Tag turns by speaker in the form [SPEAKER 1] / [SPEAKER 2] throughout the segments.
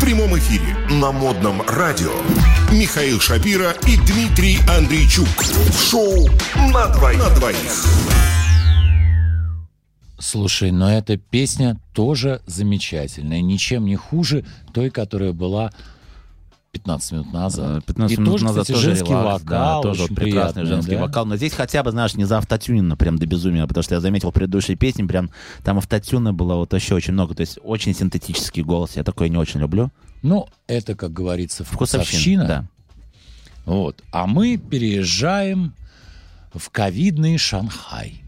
[SPEAKER 1] прямом эфире на модном радио Михаил Шапира и Дмитрий Андрейчук. В шоу на двоих. На двоих.
[SPEAKER 2] Слушай, но эта песня тоже замечательная. Ничем не хуже той, которая была 15 минут назад.
[SPEAKER 3] 15
[SPEAKER 2] И
[SPEAKER 3] Э, минут
[SPEAKER 2] тоже,
[SPEAKER 3] назад
[SPEAKER 2] кстати,
[SPEAKER 3] тоже
[SPEAKER 2] женский
[SPEAKER 3] релакс,
[SPEAKER 2] вокал,
[SPEAKER 3] да, тоже
[SPEAKER 2] очень
[SPEAKER 3] вот прекрасный
[SPEAKER 2] приятный,
[SPEAKER 3] женский
[SPEAKER 2] да?
[SPEAKER 3] вокал. Но здесь хотя бы, знаешь, не заавтотюнено прям до безумия, потому что я заметил в предыдущей песне прям там автотюна было вот еще очень много, то есть очень синтетический голос, я такое не очень люблю.
[SPEAKER 2] Ну, это, как говорится,
[SPEAKER 3] Вкусовщина,
[SPEAKER 2] вкусовщина. Вот. А мы переезжаем в ковидный Шанхай,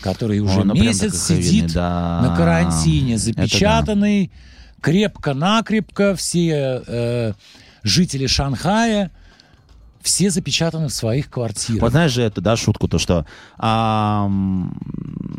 [SPEAKER 2] который уже
[SPEAKER 3] О, ну прям
[SPEAKER 2] месяц
[SPEAKER 3] такой ковидный,
[SPEAKER 2] сидит
[SPEAKER 3] да.
[SPEAKER 2] на карантине,
[SPEAKER 3] Это да.
[SPEAKER 2] запечатанный, крепко-накрепко, все э, жители Шанхая, все запечатаны в своих квартирах.
[SPEAKER 3] Вот знаешь же эту, да, шутку, то что, ам,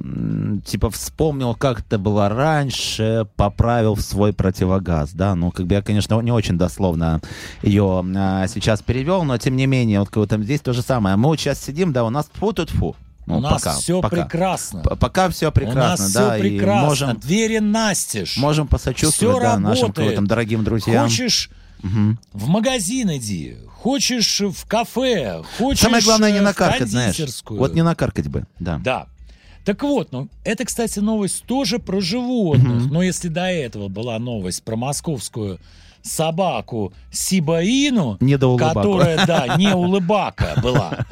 [SPEAKER 3] м, типа, вспомнил, как это было раньше, поправил в свой противогаз, да, ну, как бы я, конечно, не очень дословно ее а, сейчас перевел, но, тем не менее, вот как бы там здесь то же самое. Мы вот сейчас сидим, да, у нас тьфу-тьфу. Ну,
[SPEAKER 2] У нас
[SPEAKER 3] пока,
[SPEAKER 2] все
[SPEAKER 3] пока.
[SPEAKER 2] прекрасно.
[SPEAKER 3] П- Пока все прекрасно,
[SPEAKER 2] У нас
[SPEAKER 3] да,
[SPEAKER 2] все
[SPEAKER 3] и
[SPEAKER 2] прекрасно.
[SPEAKER 3] можем,
[SPEAKER 2] Двери настежь.
[SPEAKER 3] можем посочувствовать,
[SPEAKER 2] Всё
[SPEAKER 3] да, нашим
[SPEAKER 2] работает.
[SPEAKER 3] там, дорогим друзьям.
[SPEAKER 2] Хочешь в магазин иди, хочешь в кафе, хочешь
[SPEAKER 3] Самое главное не
[SPEAKER 2] э, в
[SPEAKER 3] накаркать, знаешь,
[SPEAKER 2] кондитерскую.
[SPEAKER 3] вот не накаркать бы, да.
[SPEAKER 2] Да. Так вот, ну, это, кстати, новость тоже про животных. Но если до этого была новость про московскую собаку Сибаину,
[SPEAKER 3] Не до улыбаку.
[SPEAKER 2] которая, да, не улыбака была,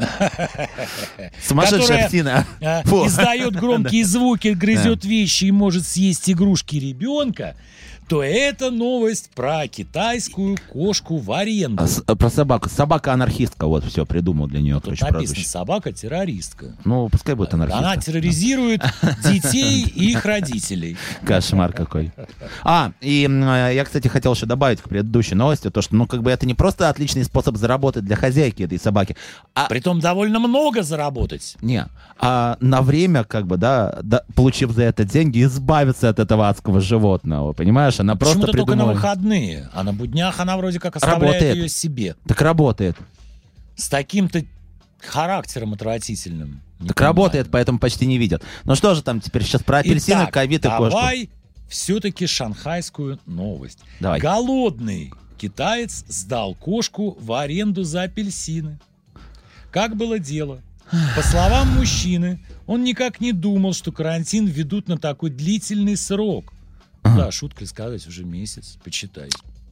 [SPEAKER 3] Сумасшедшая
[SPEAKER 2] которая,
[SPEAKER 3] птина.
[SPEAKER 2] э,
[SPEAKER 3] Фу.
[SPEAKER 2] издает громкие звуки, грызет вещи и может съесть игрушки ребенка, то это новость про китайскую кошку в аренду.
[SPEAKER 3] А с- а про собаку. Собака-анархистка, вот все, придумал для нее,
[SPEAKER 2] Тут
[SPEAKER 3] короче,
[SPEAKER 2] написано
[SPEAKER 3] прозвище.
[SPEAKER 2] «собака-террористка».
[SPEAKER 3] Ну, пускай будет анархистка.
[SPEAKER 2] Она терроризирует детей и их родителей.
[SPEAKER 3] Кошмар какой. А, и м, э, я, кстати, хотел еще добавить к предыдущей новости, то, что, ну, как бы это не просто отличный способ заработать для хозяйки этой собаки, а...
[SPEAKER 2] Притом довольно много заработать.
[SPEAKER 3] Не, а на время, как бы, да, да, получив за это деньги, избавиться от этого адского животного, понимаешь? Она просто
[SPEAKER 2] Почему-то А только на
[SPEAKER 3] придумала...
[SPEAKER 2] выходные, а на буднях она вроде как оставляет
[SPEAKER 3] Работает.
[SPEAKER 2] ее себе.
[SPEAKER 3] Так работает.
[SPEAKER 2] С таким-то характером отвратительным. Не
[SPEAKER 3] Так
[SPEAKER 2] понимаю.
[SPEAKER 3] работает, поэтому почти не видят. Ну что же там теперь сейчас про апельсины,
[SPEAKER 2] Итак,
[SPEAKER 3] ковид и кошку?
[SPEAKER 2] давай все-таки шанхайскую новость.
[SPEAKER 3] Давай.
[SPEAKER 2] Голодный китаец сдал кошку в аренду за апельсины. Как было дело? По словам мужчины, он никак не думал, что карантин ведут на такой длительный срок. Да, шутка сказать, уже месяц. Почитай.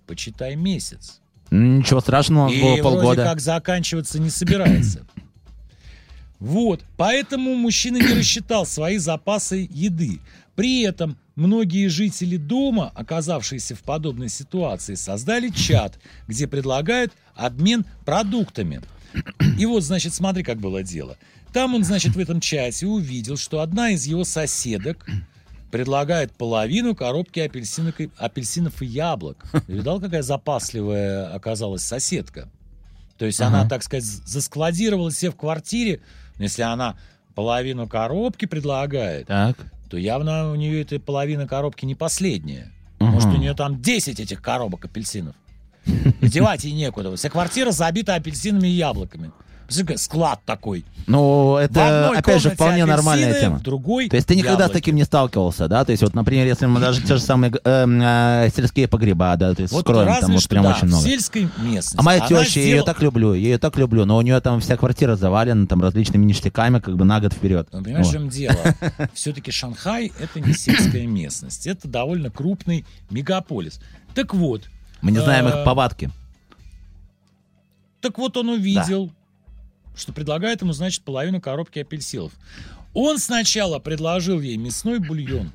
[SPEAKER 2] Почитай месяц.
[SPEAKER 3] М, Ничего страшного,
[SPEAKER 2] И
[SPEAKER 3] было
[SPEAKER 2] вроде
[SPEAKER 3] полгода.
[SPEAKER 2] как заканчиваться не собирается. Вот, поэтому мужчина не рассчитал свои запасы еды. При этом многие жители дома, оказавшиеся в подобной ситуации, создали чат, где предлагают обмен продуктами. И вот, значит, смотри, как было дело. Там он, значит, в этом чате увидел, что одна из его соседок предлагает половину коробки апельсинок и- апельсинов и яблок. Видал, какая запасливая оказалась соседка? То есть она,
[SPEAKER 3] Ага.
[SPEAKER 2] так сказать, заскладировала себе в квартире. Но если она половину коробки предлагает,
[SPEAKER 3] Так.
[SPEAKER 2] то явно у нее эта половина коробки не последняя. Может, у
[SPEAKER 3] Мгм.
[SPEAKER 2] нее там 10 этих коробок апельсинов. И девать ей некуда. Вся квартира забита апельсинами и яблоками. Посмотри, какой Склад такой.
[SPEAKER 3] Ну,
[SPEAKER 2] В
[SPEAKER 3] это,
[SPEAKER 2] одной
[SPEAKER 3] опять же,
[SPEAKER 2] комнате
[SPEAKER 3] вполне нормальная
[SPEAKER 2] апельсины,
[SPEAKER 3] тема.
[SPEAKER 2] В другой
[SPEAKER 3] То есть ты никогда с
[SPEAKER 2] яблоки.
[SPEAKER 3] таким не сталкивался, да? То есть вот, например, если мы даже те же самые э, м, э, сельские погреба, да, то есть
[SPEAKER 2] вот
[SPEAKER 3] скроем
[SPEAKER 2] разве
[SPEAKER 3] там вот
[SPEAKER 2] что,
[SPEAKER 3] прям
[SPEAKER 2] да,
[SPEAKER 3] очень
[SPEAKER 2] в
[SPEAKER 3] много.
[SPEAKER 2] сельской местности.
[SPEAKER 3] А моя
[SPEAKER 2] Она
[SPEAKER 3] теща, я ее
[SPEAKER 2] сделала-
[SPEAKER 3] так люблю, я ее так люблю, но у нее там вся квартира завалена там различными ништяками как бы на год вперед.
[SPEAKER 2] Ну, понимаешь, в
[SPEAKER 3] Вот.
[SPEAKER 2] чем дело? Все-таки Шанхай — это не сельская местность. Это довольно крупный мегаполис. Так вот,
[SPEAKER 3] Мы не знаем
[SPEAKER 2] э,
[SPEAKER 3] их повадки.
[SPEAKER 2] Так вот он увидел, что предлагает ему, значит, половину коробки апельсинов. Он сначала предложил ей мясной бульон.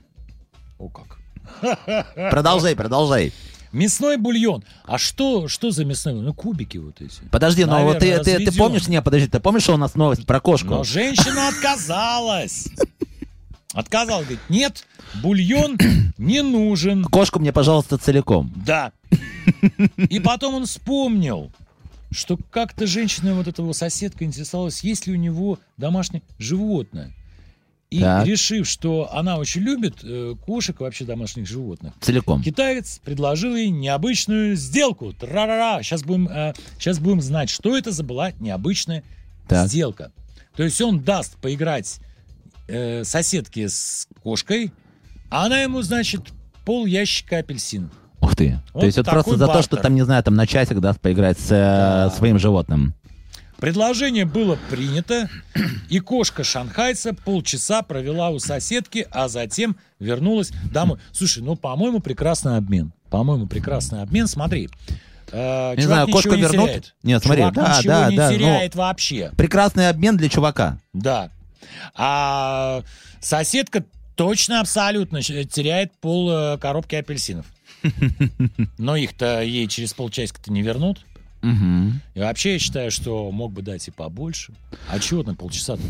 [SPEAKER 2] О как.
[SPEAKER 3] Продолжай, продолжай.
[SPEAKER 2] Мясной бульон. А что, что за мясной бульон? Ну, кубики вот эти.
[SPEAKER 3] Подожди, но вот ты,
[SPEAKER 2] Наверное,
[SPEAKER 3] ты, ты
[SPEAKER 2] разведён.
[SPEAKER 3] помнишь, не, подожди, ты помнишь, что у нас новость про кошку?
[SPEAKER 2] Но женщина отказалась. Отказалась, говорит, нет, бульон не нужен.
[SPEAKER 3] Кошку мне, пожалуйста, целиком.
[SPEAKER 2] Да. И потом он вспомнил, что как-то женщина, вот эта его соседка, интересовалась, есть ли у него домашнее животное. И
[SPEAKER 3] Так.
[SPEAKER 2] решив, что она очень любит э, кошек и вообще домашних животных,
[SPEAKER 3] Целиком.
[SPEAKER 2] китаец предложил ей необычную сделку. Тра-ра-ра. Сейчас будем, э, сейчас будем знать, что это за была необычная
[SPEAKER 3] Так.
[SPEAKER 2] сделка. То есть он даст поиграть э, соседке с кошкой, а она ему, значит, пол ящика апельсин.
[SPEAKER 3] Ух ты.
[SPEAKER 2] Вот
[SPEAKER 3] то есть это
[SPEAKER 2] такой
[SPEAKER 3] просто за то, что
[SPEAKER 2] бартер.
[SPEAKER 3] там, не знаю, там на часик даст поиграть с э,
[SPEAKER 2] Да.
[SPEAKER 3] своим животным.
[SPEAKER 2] Предложение было принято, и кошка шанхайца полчаса провела у соседки, а затем вернулась домой. Слушай, ну, по-моему, прекрасный обмен. По-моему, прекрасный обмен. Смотри, э,
[SPEAKER 3] Не
[SPEAKER 2] чувак
[SPEAKER 3] знаю,
[SPEAKER 2] ничего
[SPEAKER 3] кошку
[SPEAKER 2] не
[SPEAKER 3] вернут?
[SPEAKER 2] теряет.
[SPEAKER 3] Нет, смотри,
[SPEAKER 2] Чувак
[SPEAKER 3] да,
[SPEAKER 2] ничего
[SPEAKER 3] да,
[SPEAKER 2] не
[SPEAKER 3] да, ну-
[SPEAKER 2] теряет вообще.
[SPEAKER 3] Прекрасный обмен для чувака.
[SPEAKER 2] Да. А соседка точно абсолютно щ- теряет пол э, коробки апельсинов. Но их-то ей через полчасика-то не вернут.
[SPEAKER 3] Мгм.
[SPEAKER 2] И вообще я считаю, что мог бы дать и побольше. А чего на полчаса-то?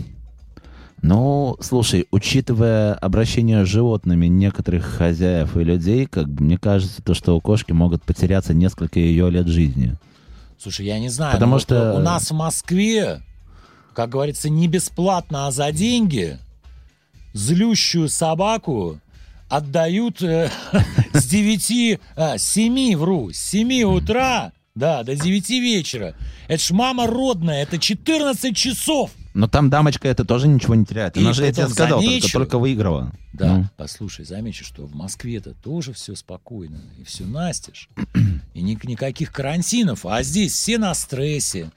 [SPEAKER 3] Ну, слушай, учитывая обращение с животными некоторых хозяев и людей, как бы мне кажется, то, что у кошки могут потеряться несколько ее лет жизни.
[SPEAKER 2] Слушай, я не знаю.
[SPEAKER 3] Потому
[SPEAKER 2] но вот
[SPEAKER 3] что-
[SPEAKER 2] У нас в Москве, как говорится, не бесплатно, а за деньги злющую собаку отдают э, с 9, а, с 7, вру, с 7 утра, да, до 9 вечера. Это ж мама родная, это 14 часов.
[SPEAKER 3] Но там дамочка это тоже ничего не теряет.
[SPEAKER 2] И
[SPEAKER 3] Она же, я
[SPEAKER 2] потом
[SPEAKER 3] тебе сказал, только,
[SPEAKER 2] замечу.
[SPEAKER 3] только выиграла.
[SPEAKER 2] Да,
[SPEAKER 3] Ну.
[SPEAKER 2] послушай, замечу, что в Москве-то тоже все спокойно, и все настежь, и ни- никаких карантинов, а здесь все на стрессе,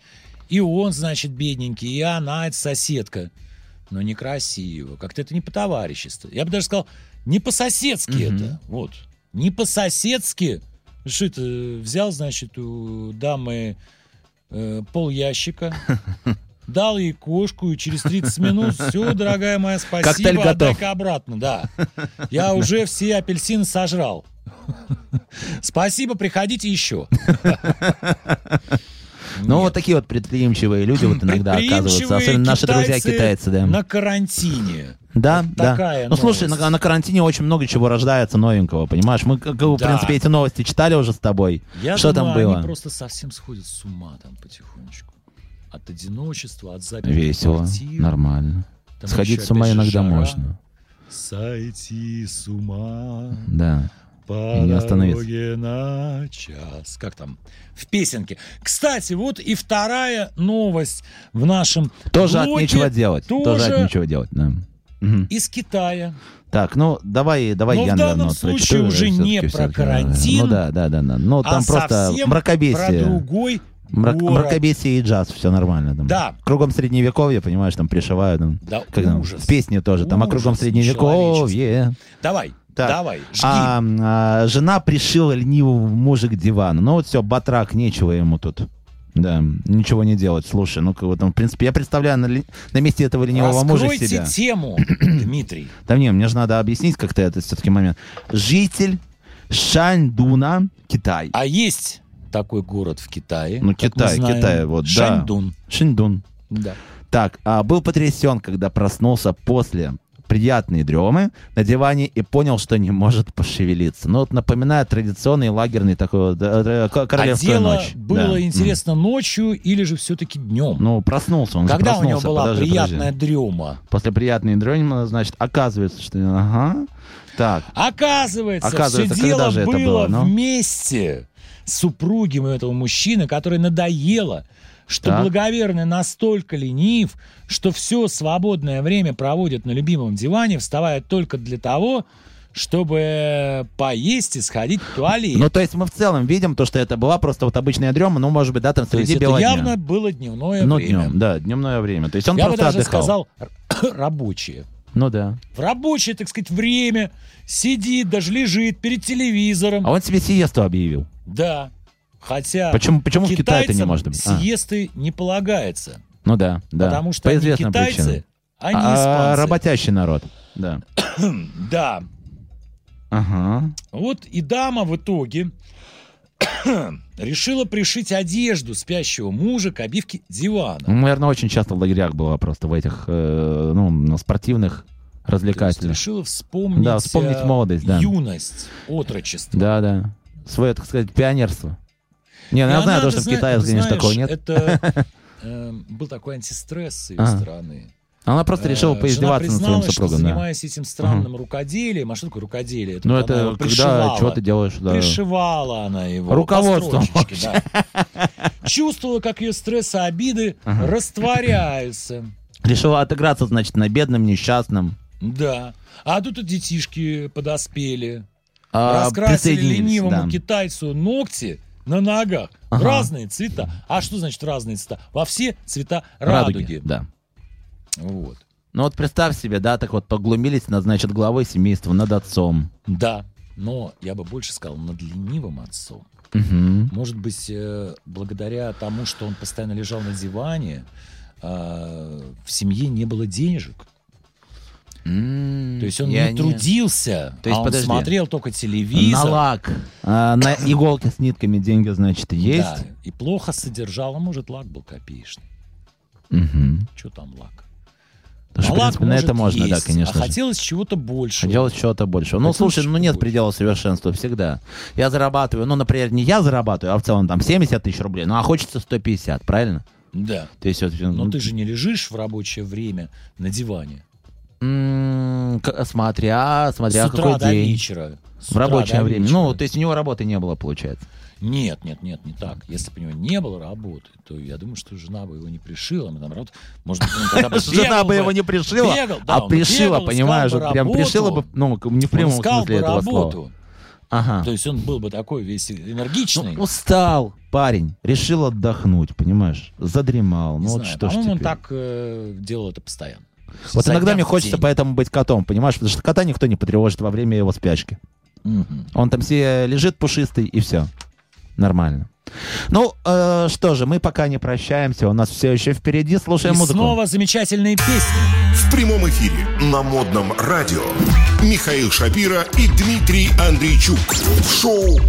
[SPEAKER 2] и он, значит, бедненький, и она, это соседка, но некрасиво, как-то это не по-товарищески, я бы даже сказал, не по-соседски
[SPEAKER 3] Мгм.
[SPEAKER 2] это, вот, не по-соседски, что это, взял, значит, у дамы э, пол ящика, дал ей кошку, и через 30 минут все, дорогая моя, спасибо,
[SPEAKER 3] Коктейль готов».
[SPEAKER 2] отдай-ка обратно, да. Я уже все апельсины сожрал. Спасибо, приходите еще.
[SPEAKER 3] Ну, вот такие вот предприимчивые люди вот иногда оказываются.
[SPEAKER 2] Предприимчивые
[SPEAKER 3] Особенно наши друзья-китайцы, да.
[SPEAKER 2] На карантине.
[SPEAKER 3] Да,
[SPEAKER 2] Вот
[SPEAKER 3] да.
[SPEAKER 2] такая
[SPEAKER 3] ну, слушай,
[SPEAKER 2] новость.
[SPEAKER 3] на, на карантине очень много чего рождается новенького, понимаешь? Мы, как бы, в
[SPEAKER 2] Да.
[SPEAKER 3] принципе, эти новости читали уже с тобой.
[SPEAKER 2] Я
[SPEAKER 3] Что
[SPEAKER 2] думаю,
[SPEAKER 3] там было?
[SPEAKER 2] они просто совсем сходят с ума там потихонечку. От одиночества, от запертых
[SPEAKER 3] Весело,
[SPEAKER 2] квартир.
[SPEAKER 3] нормально.
[SPEAKER 2] Там
[SPEAKER 3] Сходить
[SPEAKER 2] еще
[SPEAKER 3] с ума
[SPEAKER 2] опять же
[SPEAKER 3] иногда
[SPEAKER 2] жара.
[SPEAKER 3] можно.
[SPEAKER 2] Сойти с ума.
[SPEAKER 3] Да.
[SPEAKER 2] По
[SPEAKER 3] И не остановиться.
[SPEAKER 2] дороге на час. Как там? В песенке. Кстати, вот и вторая новость в нашем
[SPEAKER 3] Тоже от
[SPEAKER 2] блоке
[SPEAKER 3] нечего делать. Тоже, от
[SPEAKER 2] тоже-
[SPEAKER 3] нечего делать, да. Мгм.
[SPEAKER 2] из Китая.
[SPEAKER 3] Так, ну давай, давай ну,
[SPEAKER 2] Но в
[SPEAKER 3] я,
[SPEAKER 2] данном
[SPEAKER 3] наверное,
[SPEAKER 2] случае
[SPEAKER 3] прочитаю,
[SPEAKER 2] уже
[SPEAKER 3] всё-таки,
[SPEAKER 2] не
[SPEAKER 3] всё-таки,
[SPEAKER 2] про
[SPEAKER 3] да.
[SPEAKER 2] карантин,
[SPEAKER 3] Ну да, да, да, да. Ну
[SPEAKER 2] а
[SPEAKER 3] там просто
[SPEAKER 2] совсем Про
[SPEAKER 3] мракобесие.
[SPEAKER 2] другой
[SPEAKER 3] Мрак-
[SPEAKER 2] город.
[SPEAKER 3] мракобесие и джаз, все нормально. Там.
[SPEAKER 2] Да.
[SPEAKER 3] Кругом средневековья, понимаешь, там пришивают. Там,
[SPEAKER 2] Да,
[SPEAKER 3] как там,
[SPEAKER 2] ужас.
[SPEAKER 3] в песне тоже, там о кругом
[SPEAKER 2] Ужас
[SPEAKER 3] средневековье.
[SPEAKER 2] Давай,
[SPEAKER 3] Так.
[SPEAKER 2] давай, жги.
[SPEAKER 3] А, а, жена пришила ленивого мужа к дивану. Ну вот все, батрак, нечего ему тут. Да, ничего не делать. Слушай, ну как вот там, в принципе, я представляю на, ли- на месте этого ленивого мужа
[SPEAKER 2] Раскройте
[SPEAKER 3] себя.
[SPEAKER 2] тему, Дмитрий.
[SPEAKER 3] Да не, мне же надо объяснить как-то этот все-таки момент. Житель Шаньдуна, Китай.
[SPEAKER 2] А есть такой город в Китае?
[SPEAKER 3] Ну,
[SPEAKER 2] как мы
[SPEAKER 3] Китай,
[SPEAKER 2] знаем,
[SPEAKER 3] Китай, вот, да.
[SPEAKER 2] Шаньдун.
[SPEAKER 3] Шаньдун.
[SPEAKER 2] Да.
[SPEAKER 3] Так, а, был потрясен, когда проснулся после приятной дремы на диване и понял, что не может пошевелиться. Ну, вот напоминает традиционный лагерный такой вот, э, э, к-
[SPEAKER 2] А
[SPEAKER 3] королевскую
[SPEAKER 2] дело
[SPEAKER 3] ночь.
[SPEAKER 2] было
[SPEAKER 3] Да.
[SPEAKER 2] интересно ночью или же все-таки днем?
[SPEAKER 3] М. Ну, проснулся он. же
[SPEAKER 2] Когда у него
[SPEAKER 3] проснулся.
[SPEAKER 2] была
[SPEAKER 3] Подожди, подожди.
[SPEAKER 2] приятная дрема?
[SPEAKER 3] После приятной дремы, значит, оказывается, что... Ага. Так,
[SPEAKER 2] Оказывается,
[SPEAKER 3] Оказывается,
[SPEAKER 2] все
[SPEAKER 3] когда
[SPEAKER 2] дело
[SPEAKER 3] же это
[SPEAKER 2] было,
[SPEAKER 3] было, ну?
[SPEAKER 2] вместе с супруги этого мужчины, который надоело, что
[SPEAKER 3] Так.
[SPEAKER 2] благоверный настолько ленив, что все свободное время проводит на любимом диване, вставая только для того, чтобы поесть и сходить в туалет.
[SPEAKER 3] Ну, то есть мы в целом видим то, что это была просто вот обычная дрема, ну, может быть, да, там
[SPEAKER 2] То есть
[SPEAKER 3] среди
[SPEAKER 2] это
[SPEAKER 3] бела дня.
[SPEAKER 2] явно было дневное
[SPEAKER 3] Ну,
[SPEAKER 2] время.
[SPEAKER 3] днем, да, дневное время. То есть он
[SPEAKER 2] Я бы
[SPEAKER 3] просто
[SPEAKER 2] даже
[SPEAKER 3] отдыхал.
[SPEAKER 2] сказал рабочие.
[SPEAKER 3] Ну да.
[SPEAKER 2] В рабочее, так сказать, время сидит, даже лежит перед телевизором.
[SPEAKER 3] А он себе сиесту объявил.
[SPEAKER 2] Да. Хотя
[SPEAKER 3] Почему, почему в Китае это не
[SPEAKER 2] китайцам
[SPEAKER 3] может быть? А,
[SPEAKER 2] Siesты не полагается.
[SPEAKER 3] ну да, да.
[SPEAKER 2] Потому что
[SPEAKER 3] По
[SPEAKER 2] они
[SPEAKER 3] известным
[SPEAKER 2] китайцы,
[SPEAKER 3] причинам.
[SPEAKER 2] а не
[SPEAKER 3] А,
[SPEAKER 2] испанцы.
[SPEAKER 3] работящий народ. Да.
[SPEAKER 2] Да.
[SPEAKER 3] Ага.
[SPEAKER 2] Вот и дама в итоге решила пришить одежду спящего мужа к обивке дивана.
[SPEAKER 3] Ну, наверное, очень часто в лагерях было просто в этих, э, ну, спортивных
[SPEAKER 2] То есть
[SPEAKER 3] развлекательных.
[SPEAKER 2] решила вспомнить,
[SPEAKER 3] Да, вспомнить
[SPEAKER 2] э,
[SPEAKER 3] молодость, да.
[SPEAKER 2] юность, отрочество.
[SPEAKER 3] Да, да. Свое, так сказать, пионерство. Не,
[SPEAKER 2] И
[SPEAKER 3] ну, я
[SPEAKER 2] она,
[SPEAKER 3] знаю, то,
[SPEAKER 2] ты
[SPEAKER 3] что в
[SPEAKER 2] зна-
[SPEAKER 3] Китае,
[SPEAKER 2] ты
[SPEAKER 3] конечно,
[SPEAKER 2] знаешь,
[SPEAKER 3] такого нет.
[SPEAKER 2] Это э, был такой антистресс с ее
[SPEAKER 3] Ага.
[SPEAKER 2] стороны.
[SPEAKER 3] Она просто решила
[SPEAKER 2] Э, жена
[SPEAKER 3] поиздеваться над своим
[SPEAKER 2] призналась,
[SPEAKER 3] супругом,
[SPEAKER 2] что,
[SPEAKER 3] да.
[SPEAKER 2] занимаясь этим странным рукоделием, а что такое рукоделие?
[SPEAKER 3] Ну,
[SPEAKER 2] вот она его
[SPEAKER 3] это когда
[SPEAKER 2] пришивала.
[SPEAKER 3] чего ты делаешь, да.
[SPEAKER 2] Пришивала она его.
[SPEAKER 3] Руководством
[SPEAKER 2] по строчечке, да. Чувствовала, как ее стресс и обиды
[SPEAKER 3] Ага.
[SPEAKER 2] растворяются.
[SPEAKER 3] Решила отыграться, значит, на бедном, несчастном.
[SPEAKER 2] Да. А тут и детишки подоспели.
[SPEAKER 3] а,
[SPEAKER 2] Раскрасили
[SPEAKER 3] присоединились,
[SPEAKER 2] ленивому
[SPEAKER 3] да.
[SPEAKER 2] китайцу ногти на ногах. в
[SPEAKER 3] Ага.
[SPEAKER 2] Разные цвета. А что значит разные цвета? Во все цвета
[SPEAKER 3] Радуги,
[SPEAKER 2] радуги.
[SPEAKER 3] Да.
[SPEAKER 2] Вот.
[SPEAKER 3] Ну вот представь себе, да, так вот поглумились, над, значит, главой семейства, над отцом.
[SPEAKER 2] Да. Но я бы больше сказал над ленивым отцом.
[SPEAKER 3] Мгм.
[SPEAKER 2] Может быть, э, благодаря тому, что он постоянно лежал на диване, э, в семье не было денежек.
[SPEAKER 3] М,
[SPEAKER 2] То есть он
[SPEAKER 3] я
[SPEAKER 2] не трудился,
[SPEAKER 3] То есть,
[SPEAKER 2] а он
[SPEAKER 3] подожди.
[SPEAKER 2] смотрел только
[SPEAKER 3] На
[SPEAKER 2] телевизор.
[SPEAKER 3] лак, а, на иголке с нитками деньги, значит,
[SPEAKER 2] Да,
[SPEAKER 3] есть.
[SPEAKER 2] и плохо содержал. А может, лак был копеечный.
[SPEAKER 3] Мгм.
[SPEAKER 2] Что там лак?
[SPEAKER 3] Потому что,
[SPEAKER 2] А
[SPEAKER 3] в принципе, на
[SPEAKER 2] может,
[SPEAKER 3] это можно, да,
[SPEAKER 2] есть,
[SPEAKER 3] конечно.
[SPEAKER 2] А
[SPEAKER 3] же.
[SPEAKER 2] хотелось чего-то больше.
[SPEAKER 3] Делать чего-то больше. Ну,
[SPEAKER 2] Хотелось
[SPEAKER 3] слушай, ну
[SPEAKER 2] чего-то
[SPEAKER 3] нет
[SPEAKER 2] больше.
[SPEAKER 3] предела совершенства всегда. Я зарабатываю, ну, например, не я зарабатываю, а в целом там 70 тысяч рублей, ну, а хочется 150, правильно?
[SPEAKER 2] Да.
[SPEAKER 3] То есть, вот,
[SPEAKER 2] Но
[SPEAKER 3] ну,
[SPEAKER 2] ты же не лежишь в рабочее время на диване.
[SPEAKER 3] м, к- смотря, смотря
[SPEAKER 2] С утра
[SPEAKER 3] какой
[SPEAKER 2] до
[SPEAKER 3] день.
[SPEAKER 2] вечера. С
[SPEAKER 3] В
[SPEAKER 2] утра
[SPEAKER 3] рабочее
[SPEAKER 2] до
[SPEAKER 3] время.
[SPEAKER 2] вечера.
[SPEAKER 3] Ну, то есть у него работы не было, получается.
[SPEAKER 2] Нет, нет, нет, не так. Если бы у него не было работы, то я думаю, что жена бы его не пришила. Мы там, работ- может быть, он тогда бы бегал бы,
[SPEAKER 3] не пришила,
[SPEAKER 2] бегал, да,
[SPEAKER 3] а
[SPEAKER 2] он
[SPEAKER 3] пришила,
[SPEAKER 2] бегал,
[SPEAKER 3] понимаешь,
[SPEAKER 2] искал
[SPEAKER 3] вот
[SPEAKER 2] бы
[SPEAKER 3] прям
[SPEAKER 2] работу.
[SPEAKER 3] пришила бы, ну, к- не в
[SPEAKER 2] он
[SPEAKER 3] прямом
[SPEAKER 2] искал
[SPEAKER 3] смысле
[SPEAKER 2] бы
[SPEAKER 3] этого слова.
[SPEAKER 2] работу.
[SPEAKER 3] Ага.
[SPEAKER 2] То есть он был бы такой весь энергичный.
[SPEAKER 3] Ну, устал парень, решил отдохнуть, понимаешь, задремал,
[SPEAKER 2] Не
[SPEAKER 3] ну вот
[SPEAKER 2] знаю,
[SPEAKER 3] что ж
[SPEAKER 2] по-моему, он
[SPEAKER 3] теперь.
[SPEAKER 2] так э, делал это постоянно.
[SPEAKER 3] Вот
[SPEAKER 2] Изо
[SPEAKER 3] иногда
[SPEAKER 2] дня
[SPEAKER 3] мне
[SPEAKER 2] в
[SPEAKER 3] хочется
[SPEAKER 2] день.
[SPEAKER 3] поэтому быть котом, понимаешь, потому что кота никто не потревожит во время его спячки.
[SPEAKER 2] Мгм.
[SPEAKER 3] Он там все лежит пушистый и все. Нормально. Ну, э, что же, мы пока не прощаемся, у нас все еще впереди, слушаем
[SPEAKER 2] И
[SPEAKER 3] музыку.
[SPEAKER 2] снова замечательные песни.
[SPEAKER 1] В прямом эфире на модном радио Михаил Шапира и Дмитрий Андрейчук. В шоу